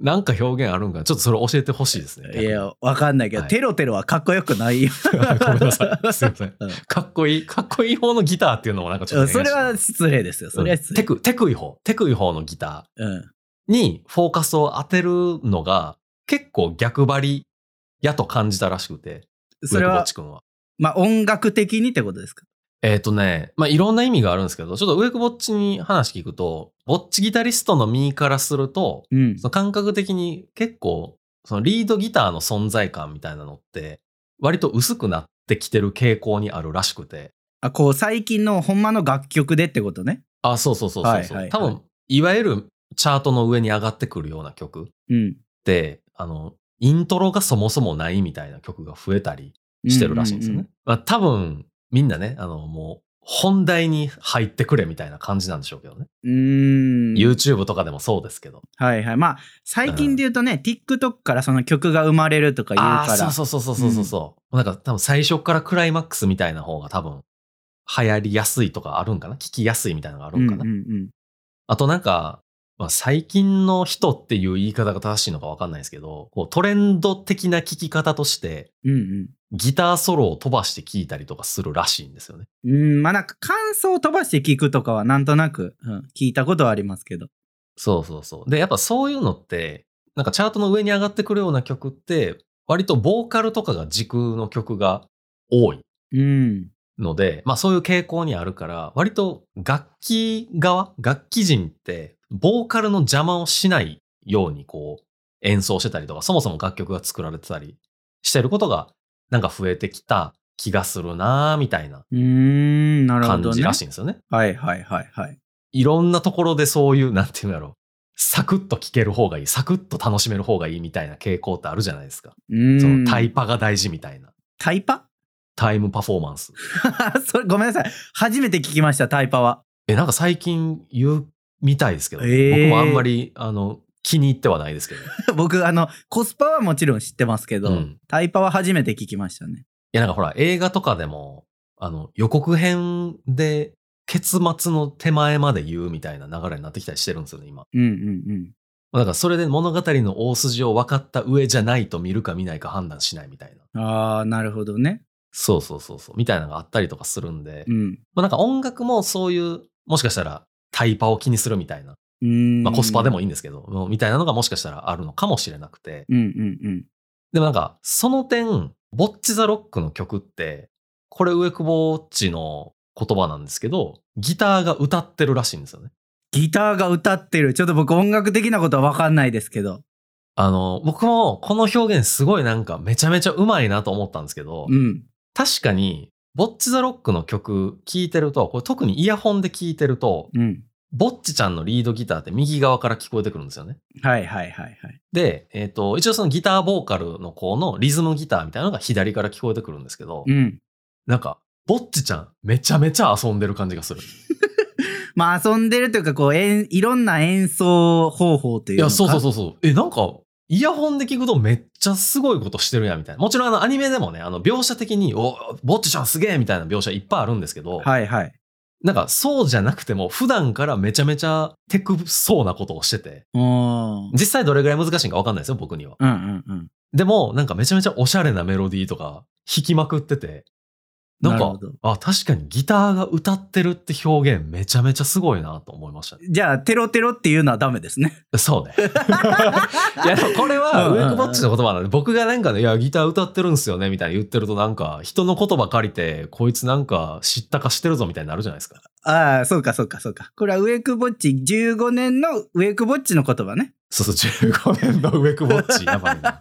Speaker 1: なんか表現あるんかな。ちょっとそれ教えてほしいですね。
Speaker 2: いや、わかんないけど、
Speaker 1: はい
Speaker 2: テロテロはかっこよくないよ。
Speaker 1: 逆に ごめんなさい。すいません
Speaker 2: うん。
Speaker 1: かっこいい、かっこいい方のギターっていうのもなんかちょっとお願いし
Speaker 2: そ
Speaker 1: ます、
Speaker 2: れは失礼ですよ。それは失
Speaker 1: テ
Speaker 2: 礼。
Speaker 1: ク、テクイ方、テクイ方のギター。
Speaker 2: うん。
Speaker 1: にフォーカスを当てるのが結構逆張りやと感じたらしくて、
Speaker 2: それ
Speaker 1: ウェクボッ
Speaker 2: は
Speaker 1: チ、君は。
Speaker 2: まあ、音楽的にってことですか。
Speaker 1: えっ、とね、まあ、いろんな意味があるんですけど、ちょっとウェクボッチに話聞くと、ボッチギタリストの身からすると、
Speaker 2: うん
Speaker 1: その感覚的に結構、そのリードギターの存在感みたいなのって、割と薄くなってきてる傾向にあるらしくて、
Speaker 2: あ、こう、最近のほんまの楽曲でってことね。
Speaker 1: あ、そうそうそうそうそう、
Speaker 2: はいはいはい
Speaker 1: 多分、いわゆるチャートの上に上がってくるような曲っ
Speaker 2: うん。
Speaker 1: て、あの、イントロがそもそもないみたいな曲が増えたり、してるらしいんですよね。
Speaker 2: うう
Speaker 1: まあ、多分、みんなね、あの、もう、本題に入ってくれみたいな感じなんでしょうけどね。
Speaker 2: うん。うん
Speaker 1: YouTube とかでもそうですけど。
Speaker 2: はいはい。まあ、最近で言うとね、TikTok からその曲が生まれるとか言う
Speaker 1: あ
Speaker 2: か
Speaker 1: あ、
Speaker 2: ら。
Speaker 1: そうそうそうそうそうそう。なんか多分最初からクライマックスみたいな方が多分、流行りやすいとかあるんかな聞きやすいみたいなのがある
Speaker 2: うんん
Speaker 1: か
Speaker 2: うん
Speaker 1: な、
Speaker 2: うん。
Speaker 1: あとなんか、まあ、最近の人っていう言い方が正しいのかわかんないですけど、こうトレンド的な聞き方として、
Speaker 2: うんうん。
Speaker 1: ギターソロを飛ばして聞いたりとかするらしいんですよね。
Speaker 2: うん、まあなんか感想を飛ばして聞くとかはなんとなく、うん、聞いたことはありますけど。
Speaker 1: そうそうそう。で、やっぱそういうのって、なんかチャートの上に上がってくるような曲って、割とボーカルとかが軸の曲が多い
Speaker 2: うん。
Speaker 1: ので、まあそういう傾向にあるから、割と楽器側、楽器人って、ボーカルの邪魔をしないようにこう演奏してたりとか、そもそも楽曲が作られてたりしてることが、なんか増えてきた気がするなーみたいな
Speaker 2: うーん、なるほ
Speaker 1: 感
Speaker 2: ど
Speaker 1: じ
Speaker 2: ね
Speaker 1: ら。しいんですよね。
Speaker 2: はいはいはいはい。
Speaker 1: いろんなところでそういう、なんていうんだろう。サクッと聴ける方がいい、サクッと楽しめる方がいいみたいな傾向ってあるじゃないですか。
Speaker 2: うーん
Speaker 1: そのタイパが大事みたいな。
Speaker 2: タイパ
Speaker 1: タイムパフォーマンス。
Speaker 2: それごめんなさい。初めて聞きました、タイパは。
Speaker 1: え、なんか最近言うみたいですけどね、
Speaker 2: えー
Speaker 1: 僕もあんまり、あの、気に入ってはないですけど。い
Speaker 2: 僕、あの、コスパはもちろん知ってますけど、
Speaker 1: うん
Speaker 2: タイパは初めて聞きましたね。
Speaker 1: や、なんかほら、映画とかでも、あの、予告編で、結末の手前まで言うみたいな流れになってきたりしてるんですよね、今。
Speaker 2: うんうんうん。
Speaker 1: だからそれで物語の大筋を分かった上じゃないと見るか見ないか判断しないみたいな。
Speaker 2: ああ、なるほどね。
Speaker 1: そうそうそうそう。みたいなのがあったりとかするんで、
Speaker 2: うん。
Speaker 1: まあなんか音楽もそういう、もしかしたらタイパを気にするみたいな、
Speaker 2: うーん
Speaker 1: まあコスパでもいいんですけど、もうみたいなのがもしかしたらあるのかもしれなくて。
Speaker 2: うんうんうん。
Speaker 1: でもなんか、その点、ボッチザロックの曲って、これ植久保っちの言葉なんですけど、ギターが歌ってるらしいんですよね。
Speaker 2: ギターが歌ってる。ちょっと僕音楽的なことはわかんないですけど。
Speaker 1: あの、僕もこの表現すごいなんかめちゃめちゃうまいなと思ったんですけど、
Speaker 2: うん。
Speaker 1: 確かに、ボッチザロックの曲聴いてると、これ特にイヤホンで聴いてると、
Speaker 2: うん。
Speaker 1: ボッチちゃんのリードギターって右側から聞こえてくるんですよね。
Speaker 2: はいはいはいはい。
Speaker 1: で、えっ、と、一応そのギターボーカルの子のリズムギターみたいなのが左から聞こえてくるんですけど、
Speaker 2: うん。
Speaker 1: なんか、ボッチちゃんめちゃめちゃ遊んでる感じがする。
Speaker 2: まあ遊んでるというか、こう、演いろんな演奏方法とい
Speaker 1: いう
Speaker 2: の
Speaker 1: や、
Speaker 2: か。
Speaker 1: そうそうそうそう。え、なんか、イヤホンで聞くとめっちゃすごいことしてるやんみたいな。もちろんあのアニメでもね、あの描写的に、お、ボッチちゃんすげえみたいな描写いっぱいあるんですけど、
Speaker 2: はいはい。
Speaker 1: なんかそうじゃなくても普段からめちゃめちゃテクそうなことをしてて、
Speaker 2: うーん。
Speaker 1: 実際どれぐらい難しいんかわかんないですよ、僕には。
Speaker 2: うんうんうん。
Speaker 1: でも、なんかめちゃめちゃおしゃれなメロディーとか弾きまくってて、なん
Speaker 2: なる
Speaker 1: か
Speaker 2: ほど、
Speaker 1: あ、確かにギターが歌ってるって表現めちゃめちゃすごいなと思いましたね。
Speaker 2: じゃあ、テロテロっていうのはダメですね。
Speaker 1: そう ね。いや、でもこれは
Speaker 2: うん
Speaker 1: ウ
Speaker 2: うんうん
Speaker 1: ェイクボッチの言葉なんで、僕がなんかね、いや、ギター歌ってるんすよね、みたいに言ってるとなんか、人の言葉借りて、こいつなんか知ったかしてるぞみたいになるじゃないですか。
Speaker 2: ああ、そうかそうかそうか。これはウェイクボッチ、15年のウェイクボッチの言葉ね。
Speaker 1: そうそう、15年の植久ぼっち、やばいな。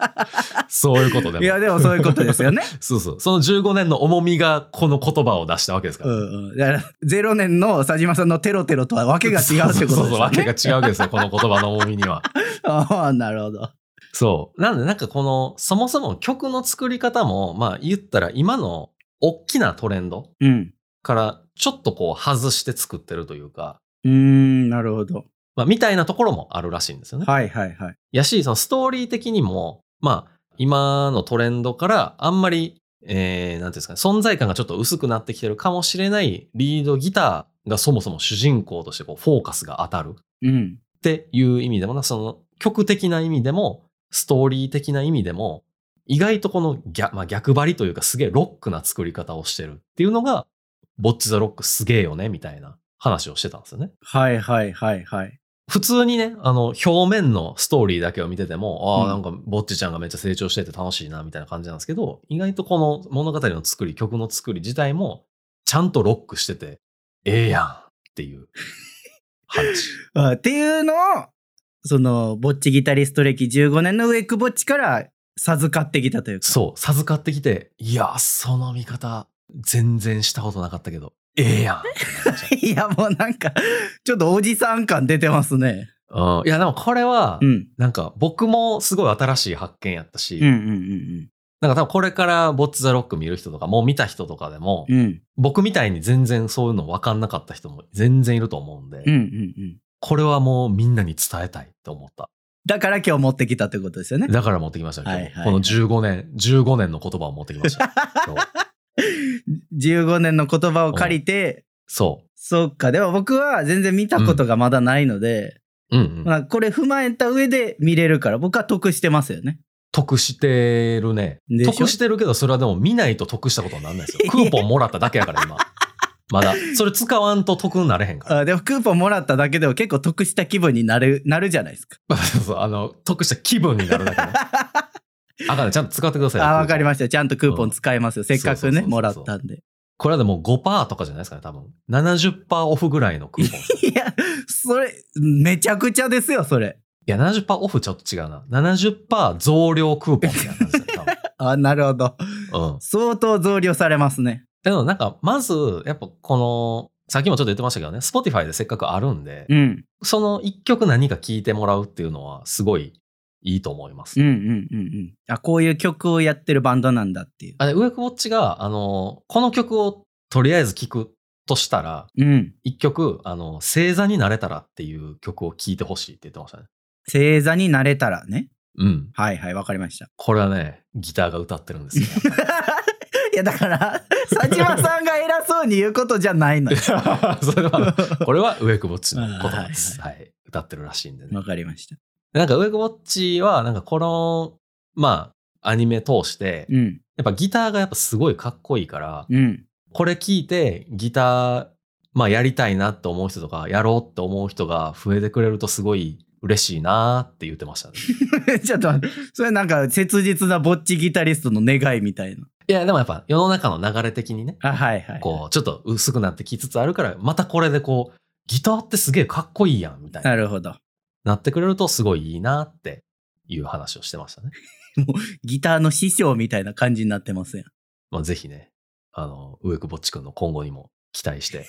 Speaker 1: そういうことでも。
Speaker 2: いや、でもそういうことですよね。
Speaker 1: そうそう。その15年の重みがこの言葉を出したわけですか
Speaker 2: う
Speaker 1: ら。
Speaker 2: んうん。だから、0年の佐島さんのテロテロとは訳が違うってことですよね。
Speaker 1: そうそうそう、わけが違うわけですよ。この言葉の重みには。
Speaker 2: ああ、なるほど。
Speaker 1: そう。なんで、なんかこの、そもそも曲の作り方も、まあ言ったら今の大きなトレンド
Speaker 2: うん。
Speaker 1: からちょっとこう外して作ってるというか、
Speaker 2: うーん、なるほど。
Speaker 1: まあみたいなところもあるらしいんですよね。
Speaker 2: はいはいはい。
Speaker 1: やし、そのストーリー的にも、まあ今のトレンドからあんまり、えー、なんていうんですかね、存在感がちょっと薄くなってきてるかもしれないリードギターがそもそも主人公としてこうフォーカスが当たる。
Speaker 2: うん。
Speaker 1: っていう意味でもな、その曲的な意味でも、ストーリー的な意味でも、意外とこの逆,、まあ、逆張りというかすげえロックな作り方をしてるっていうのが、ボッチ・ザ・ロックすげえよね、みたいな話をしてたんですよね。
Speaker 2: はいはいはいはい。
Speaker 1: 普通にね、あの、表面のストーリーだけを見てても、ああ、な
Speaker 2: うん
Speaker 1: んか、ボッチちゃんがめっちゃ成長してて楽しいな、みたいな感じなんですけど、意外とこの物語の作り、曲の作り自体も、ちゃんとロックしてて、ええやんっていう話。
Speaker 2: あっていうのを、その、ぼっちギタリスト歴15年のウェイクぼっちから授かってきたというか。
Speaker 1: そう、授かってきて、いや、その見方、全然したことなかったけど、ええやん ってなっちゃ
Speaker 2: いや、もうなんか、ちょっとおじさん感出てますね。
Speaker 1: う。うん、いや、でもこれは、
Speaker 2: うん。
Speaker 1: なんか僕もすごい新しい発見やったし、
Speaker 2: うんうんうん
Speaker 1: なんか多分これからボッツ・ザ・ロック見る人とか、もう見た人とかでも、
Speaker 2: うん。うん。
Speaker 1: 僕みたいに全然そういうの分かんなかった人も全然いると思うんで、
Speaker 2: うんうんうん。
Speaker 1: これはもうみんなに伝えたいと思った。
Speaker 2: だから今日持ってきたということですよね。
Speaker 1: だから持ってきました、今日
Speaker 2: はいはいはい
Speaker 1: この15年、15年の言葉を持ってきま した。今日
Speaker 2: 15年の言葉を借りて、
Speaker 1: そ
Speaker 2: そっか。でも僕は全然見たことがまだないので、
Speaker 1: う。うんうん。
Speaker 2: まあこれ踏まえた上で見れるから、僕は得してますよね。
Speaker 1: 得してるね。
Speaker 2: でしょ
Speaker 1: 得してるけど、それはでも見ないと得したことになんないですよ。クーポンもらっただけやから、今。まだ。それ使わんと得になれへん から。
Speaker 2: あでもクーポンもらっただけでも結構得した気分になる、なるじゃないですか。
Speaker 1: そうそう、あの、得した気分になるだけね。あかんね、ちゃんと使って ください。
Speaker 2: あ、わかり
Speaker 1: す。
Speaker 2: ました。ちゃんとクーポン使いますよ。せっか
Speaker 1: そうそうそ
Speaker 2: く
Speaker 1: う
Speaker 2: ね、
Speaker 1: そう
Speaker 2: もらったんで。
Speaker 1: これはでも5%とかじゃないですかね、多分。70%オフぐらいのクー ポン。い
Speaker 2: いや、それ、めちゃくちゃですよ、それ。
Speaker 1: や、70%オフちょっと違うな。70%増量クーポンみたいな感じだよ、
Speaker 2: あ、なるほど。
Speaker 1: 多 分。うん。
Speaker 2: 相当増量されますね。
Speaker 1: でもなんか、まず、やっぱこの、さっきもちょっと言ってましたけどね、Spotify でせっかくあるんで、
Speaker 2: うん。
Speaker 1: その一曲何か聴いてもらうっていうのはすごいいいと思います。
Speaker 2: うんうんうんうん。あ、こういう曲をやってるバンドなんだっていう。
Speaker 1: あれ、ウェイクウォッチが、あの、この曲をとりあえず聴くとしたら、
Speaker 2: うん。
Speaker 1: 一曲、あの、星座になれたらっていう曲を聴いてほしいって言ってましたね。
Speaker 2: 星座になれたらね。
Speaker 1: うん。
Speaker 2: はいはい、わかりました。
Speaker 1: これはね、ギターが歌ってるんですよ。
Speaker 2: いや、だから、佐島さんが偉そうに言うことじゃない のよ。
Speaker 1: それは、 これはウェイクウォッチの言葉です。
Speaker 2: あ
Speaker 1: はい、歌ってるらしいんでね。
Speaker 2: わかりました。
Speaker 1: なんかウェイクウォッチは、なんかこの、まあ、アニメ通して、
Speaker 2: うん。
Speaker 1: やっぱギターがやっぱすごいかっこいいから、
Speaker 2: うん。
Speaker 1: これ聞いてギター、まあやりたいなって思う人とか、やろうって思う人が増えてくれるとすごい嬉しいなーって言ってました ね。
Speaker 2: ちょっと待って、それなんか切実なぼっちギタリストの願いみたいな。
Speaker 1: いや、でもやっぱ世の中の流れ的にね、
Speaker 2: あ、はいはい。
Speaker 1: こう、ちょっと薄くなってきつつあるから、またこれでこう、ギターってすげえかっこいいやん、みたい
Speaker 2: な
Speaker 1: な。
Speaker 2: るほど。
Speaker 1: なってくれるとすごいいいなっていう話をしてましたね。
Speaker 2: ギターの師匠みたいな感じになってますやん。
Speaker 1: まあぜひね、あの、植久ぼっちくんの今後にも期待して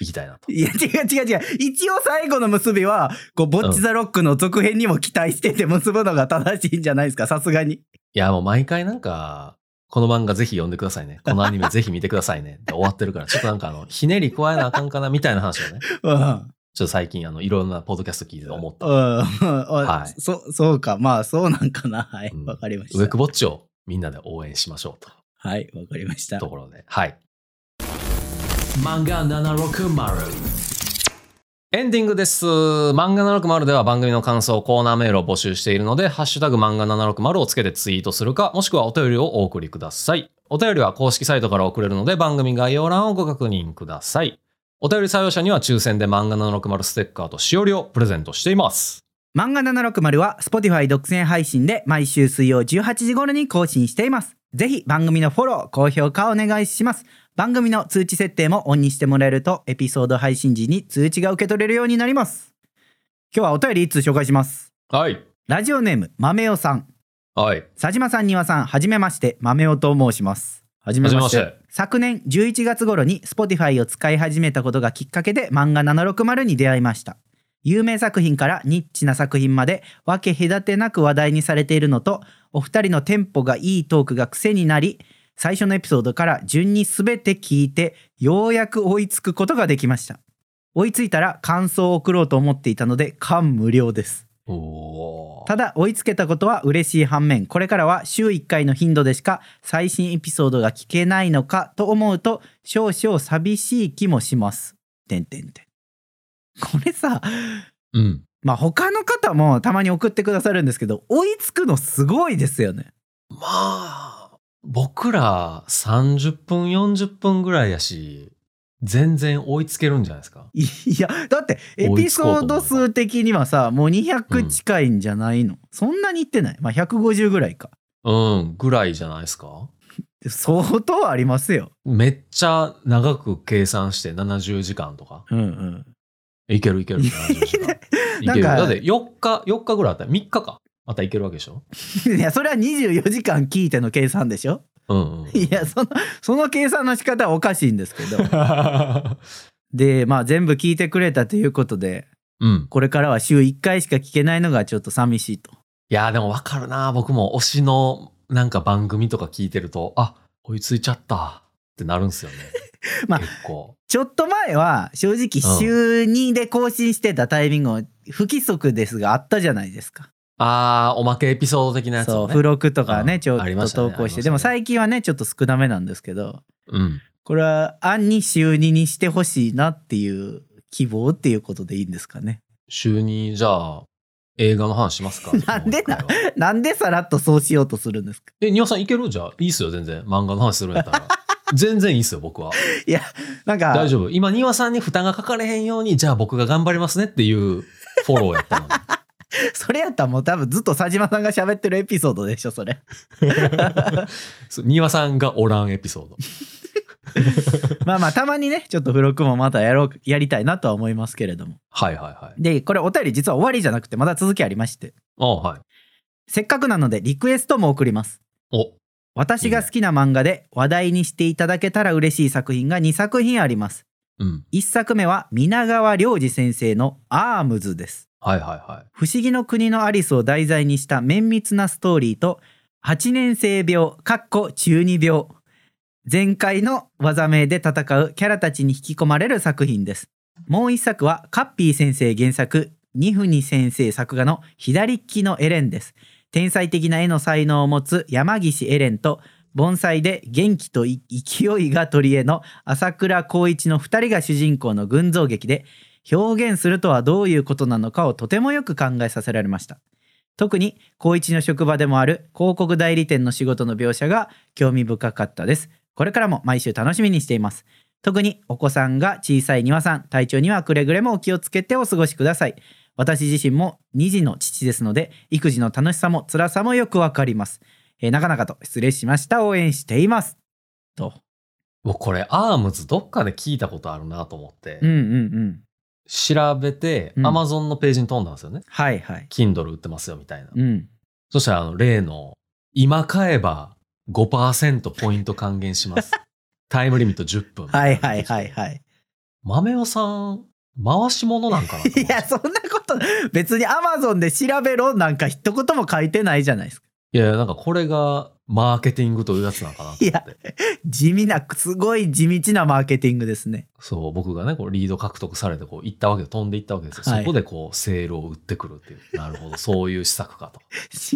Speaker 1: いきたいなと。
Speaker 2: いや、違う違う違う。一応最後の結びは、こう、ぼっちザロックの続編にも期待してて結ぶのが正しいんじゃないですか、さすがに。
Speaker 1: いや、もう毎回なんか、この漫画ぜひ読んでくださいね。このアニメぜひ見てくださいね。で終わってるから、ちょっとなんかあの、ひねり加えなあかんかなみたいな話をね、ちょっ
Speaker 2: うん。
Speaker 1: と最近あの、いろんなポッドキャスト聞いてて思った。
Speaker 2: うん。
Speaker 1: ウ
Speaker 2: はいい、そ、そうか。まあ、そうなんかな。はい
Speaker 1: うん。
Speaker 2: わかりまし
Speaker 1: ェ
Speaker 2: た
Speaker 1: ク。ボッチをみんなで応援しましょう
Speaker 2: はい、わかりました
Speaker 1: と。と。ころで、はい。漫画760。エンディングです。漫画760では番組の感想、コーナーメールを募集しているので、ハッシュタグ漫画760をつけてツイートするか、もしくはお便りをお送りください。お便りは公式サイトから送れるので、番組概要欄をご確認ください。お便り採用者には抽選で漫画760ステッカーとしおりをプレゼントしています。
Speaker 2: 漫画760は Spotify 独占配信で毎週水曜18時頃に更新しています。ぜひ番組のフォロー、高評価お願いします。番組の通知設定もオンにしてもらえるとエピソード配信時に通知が受け取れるようになります今日はお便り1通紹介します
Speaker 1: はい。
Speaker 2: ラジオネーム豆尾さん
Speaker 1: はい。
Speaker 2: 佐島さん丹羽さんはじめまして豆尾と申しますはじ
Speaker 1: はじめまして。
Speaker 2: 昨年11月頃に Spotify を使い始めたことがきっかけで漫画760に出会いました有名作品からニッチな作品まで分け隔てなく話題にされているのとお二人のテンポがいいトークが癖になり最初のエピソードから順に全て聞いてようやく追いつくことができました追いついたら感想を送ろうと思っていたので感無量です
Speaker 1: おー。
Speaker 2: ただ追いつけたことは嬉しい反面これからは週1回の頻度でしか最新エピソードが聞けないのかと思うと少々寂しい気もします。てんてんてんこれさ
Speaker 1: うん。
Speaker 2: まあ他の方もたまに送ってくださるんですけど追いつくのすごいですよね。
Speaker 1: まあ、僕ら30分、40分ぐらいやし、全然追いつけるんじゃないですか。
Speaker 2: いやだってエピソード数的にはさもう200近いんじゃないの、そんなにいってないまあ150ぐらいか
Speaker 1: うん、ぐらいじゃないですか。
Speaker 2: 相当ありますよ。
Speaker 1: めっちゃ長く計算して70時間とか。
Speaker 2: うんうん。
Speaker 1: いけるいける。70時間い
Speaker 2: なん
Speaker 1: け
Speaker 2: か
Speaker 1: る。だって4日、4日ぐらいあったら3日か。またいけるわけでしょ。
Speaker 2: いやそれは24時間聞いての計算でしょ
Speaker 1: うん、うん。
Speaker 2: いやそのその計算の仕方はおかしいんですけどでまあ全部聞いてくれたということで
Speaker 1: うん。
Speaker 2: これからは週1回しか聞けないのがちょっと寂しいと。
Speaker 1: いやーでもわかるな僕も推しのなんか番組とか聞いてると、あ、追いついちゃったってなるんですよね
Speaker 2: まあ
Speaker 1: 結構。
Speaker 2: ちょっと前は正直週2で更新してたタイミングも不規則ですがあったじゃないですか、
Speaker 1: あー、おまけエピソード的なやつ
Speaker 2: そう
Speaker 1: を、
Speaker 2: 付
Speaker 1: ね。
Speaker 2: 録とかね、
Speaker 1: うん
Speaker 2: ちょ
Speaker 1: あり
Speaker 2: っ
Speaker 1: ま
Speaker 2: と
Speaker 1: したね
Speaker 2: 投稿し
Speaker 1: ありましたね
Speaker 2: て、でも最近はねちょっと少なめなんですけど
Speaker 1: うん。
Speaker 2: これは案に週2にしてほしいなっていう希望っていうことでいいんですかね
Speaker 1: 週に、じゃあ、映画の話しますか
Speaker 2: なんでな
Speaker 1: もう一回は
Speaker 2: なんでさらっとそうしようとするんですか
Speaker 1: え、庭さんいけるじゃあ、いいっすよ、全然。漫画の話するんやった ら。全然いいっすよ、僕は。
Speaker 2: なんか
Speaker 1: 大丈夫。今、庭さんに負担がかかれへんように、じゃあ僕が頑張りますねっていうフォローやった のに。
Speaker 2: それやったらもう多分ずっと佐島さんが喋ってるエピソードでしょそれ
Speaker 1: そう庭さんがおらんエピソード。
Speaker 2: まあまあたまにねちょっと付録もまたやろうやりたいなとは思いますけれども
Speaker 1: はいはいはい。
Speaker 2: でこれお便り実は終わりじゃなくてまだ続きありまして
Speaker 1: あはい。
Speaker 2: せっかくなのでリクエストも送ります
Speaker 1: お、
Speaker 2: 私が好きな漫画で話題にしていただけたら嬉しい作品が2作品あります
Speaker 1: うん。
Speaker 2: 1作目は皆川良二先生の「アームズ」です
Speaker 1: はいはいはい。
Speaker 2: 不思議の国のアリスを題材にした綿密なストーリーと8年生病かっこ中二病全開の技名で戦うキャラたちに引き込まれる作品ですもう一作はカッピー先生原作ニフニ先生作画の左利きのエレンです天才的な絵の才能を持つ山岸エレンと盆栽で元気とい勢いが取り柄の朝倉光一の2人が主人公の群像劇で表現するとはどういうことなのかをとてもよく考えさせられました特に高一の職場でもある広告代理店の仕事の描写が興味深かったですこれからも毎週楽しみにしています特にお子さんが小さい庭さん体調にはくれぐれもお気をつけてお過ごしください私自身も2児の父ですので育児の楽しさも辛さもよくわかります、えー、なかなかと失礼しました応援していますと
Speaker 1: 僕これ、アームズどっかで聞いたことあるなと思って、
Speaker 2: うんうんうん
Speaker 1: 調べて、
Speaker 2: うん
Speaker 1: Amazon のページに飛んだんですよね。
Speaker 2: はいはい
Speaker 1: Kindle 売ってますよみたいな。
Speaker 2: うん
Speaker 1: そしたら、あの、例の、今買えば5%ポイント還元します。 タイムリミット10分。
Speaker 2: はいはいはいはい
Speaker 1: 豆尾さん、回し者なんかなと思って
Speaker 2: いや、そんなこと、別にアマゾンで調べろなんか一言も書いてないじゃないですか。
Speaker 1: いや、なんかこれがマーケティングというやつなのかなと思って。
Speaker 2: 地味な、すごい地道なマーケティングですね。
Speaker 1: そう、僕がね、こうリード獲得されて、こう行ったわけで、飛んでいったわけですよ。
Speaker 2: はい
Speaker 1: そこでこう、セールを売ってくるっていう。なるほど、そういう施策かと。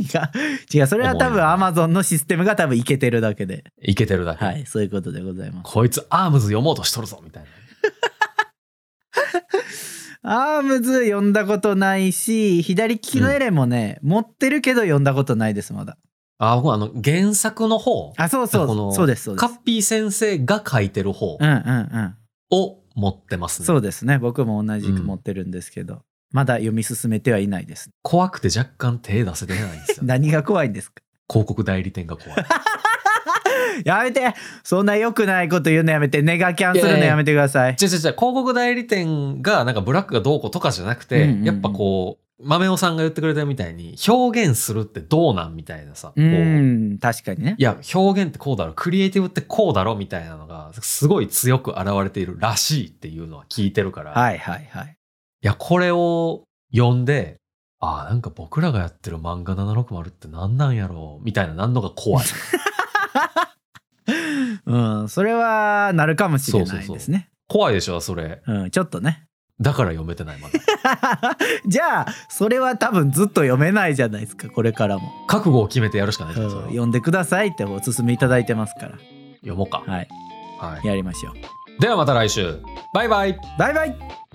Speaker 2: 違う、違う、それは多
Speaker 1: 重い
Speaker 2: 分
Speaker 1: な
Speaker 2: アマゾンのシステムが多分いけてるだけで。
Speaker 1: いけてるだけ。
Speaker 2: はい、そういうことでございます。
Speaker 1: こいつ、アームズ読もうとしとるぞ、みたいな。
Speaker 2: アームズ読んだことないし、左利きのエレンもね、持ってるけど読んだことないです、まだ。
Speaker 1: あ、僕、あの、原作の方、
Speaker 2: あ、そうそ
Speaker 1: この
Speaker 2: う、そうです、そうで
Speaker 1: カ
Speaker 2: す。
Speaker 1: ッピー先生が書いてる方
Speaker 2: うんうんうん。
Speaker 1: を持ってますね。
Speaker 2: そうですね、僕も同じく持ってるんですけど、まだ読み進めてはいないです。
Speaker 1: 怖くて若干手出せてないんですよ。
Speaker 2: 何が怖いんですか
Speaker 1: 広告代理店が怖い。
Speaker 2: やめてそんな良くないこと言うのやめてネガキャンする
Speaker 1: いや
Speaker 2: の
Speaker 1: いや
Speaker 2: やめてください
Speaker 1: 違う違う違う広告代理店がなんかブラックがどうこうとかじゃなくて、
Speaker 2: うんうんうん
Speaker 1: やっぱこう豆尾さんが言ってくれたみたいに表現するってどうなんみたいなさ、
Speaker 2: う
Speaker 1: こうん
Speaker 2: 確かにね
Speaker 1: いや表現ってこうだろクリエイティブってこうだろみたいなのがすごい強く現れているらしいっていうのは聞いてるから、い、
Speaker 2: はいはいはい
Speaker 1: やこれを読んでああなんか僕らがやってる漫画760って何なんやろうみたいななんのが 怖い
Speaker 2: うんそれはなるかもしれないですね
Speaker 1: 怖いでしょそれ
Speaker 2: うんちょっとね
Speaker 1: だから読めてないまだ
Speaker 2: じゃあそれは多分ずっと読めないじゃないですかこれからも、
Speaker 1: 覚悟を決めてやるしかないじゃんそれは
Speaker 2: 読んでくださいってお勧めいただいてますから
Speaker 1: 読もうか、
Speaker 2: はい
Speaker 1: はい、
Speaker 2: やりましょう
Speaker 1: ではまた来週バイバイ
Speaker 2: バイバイ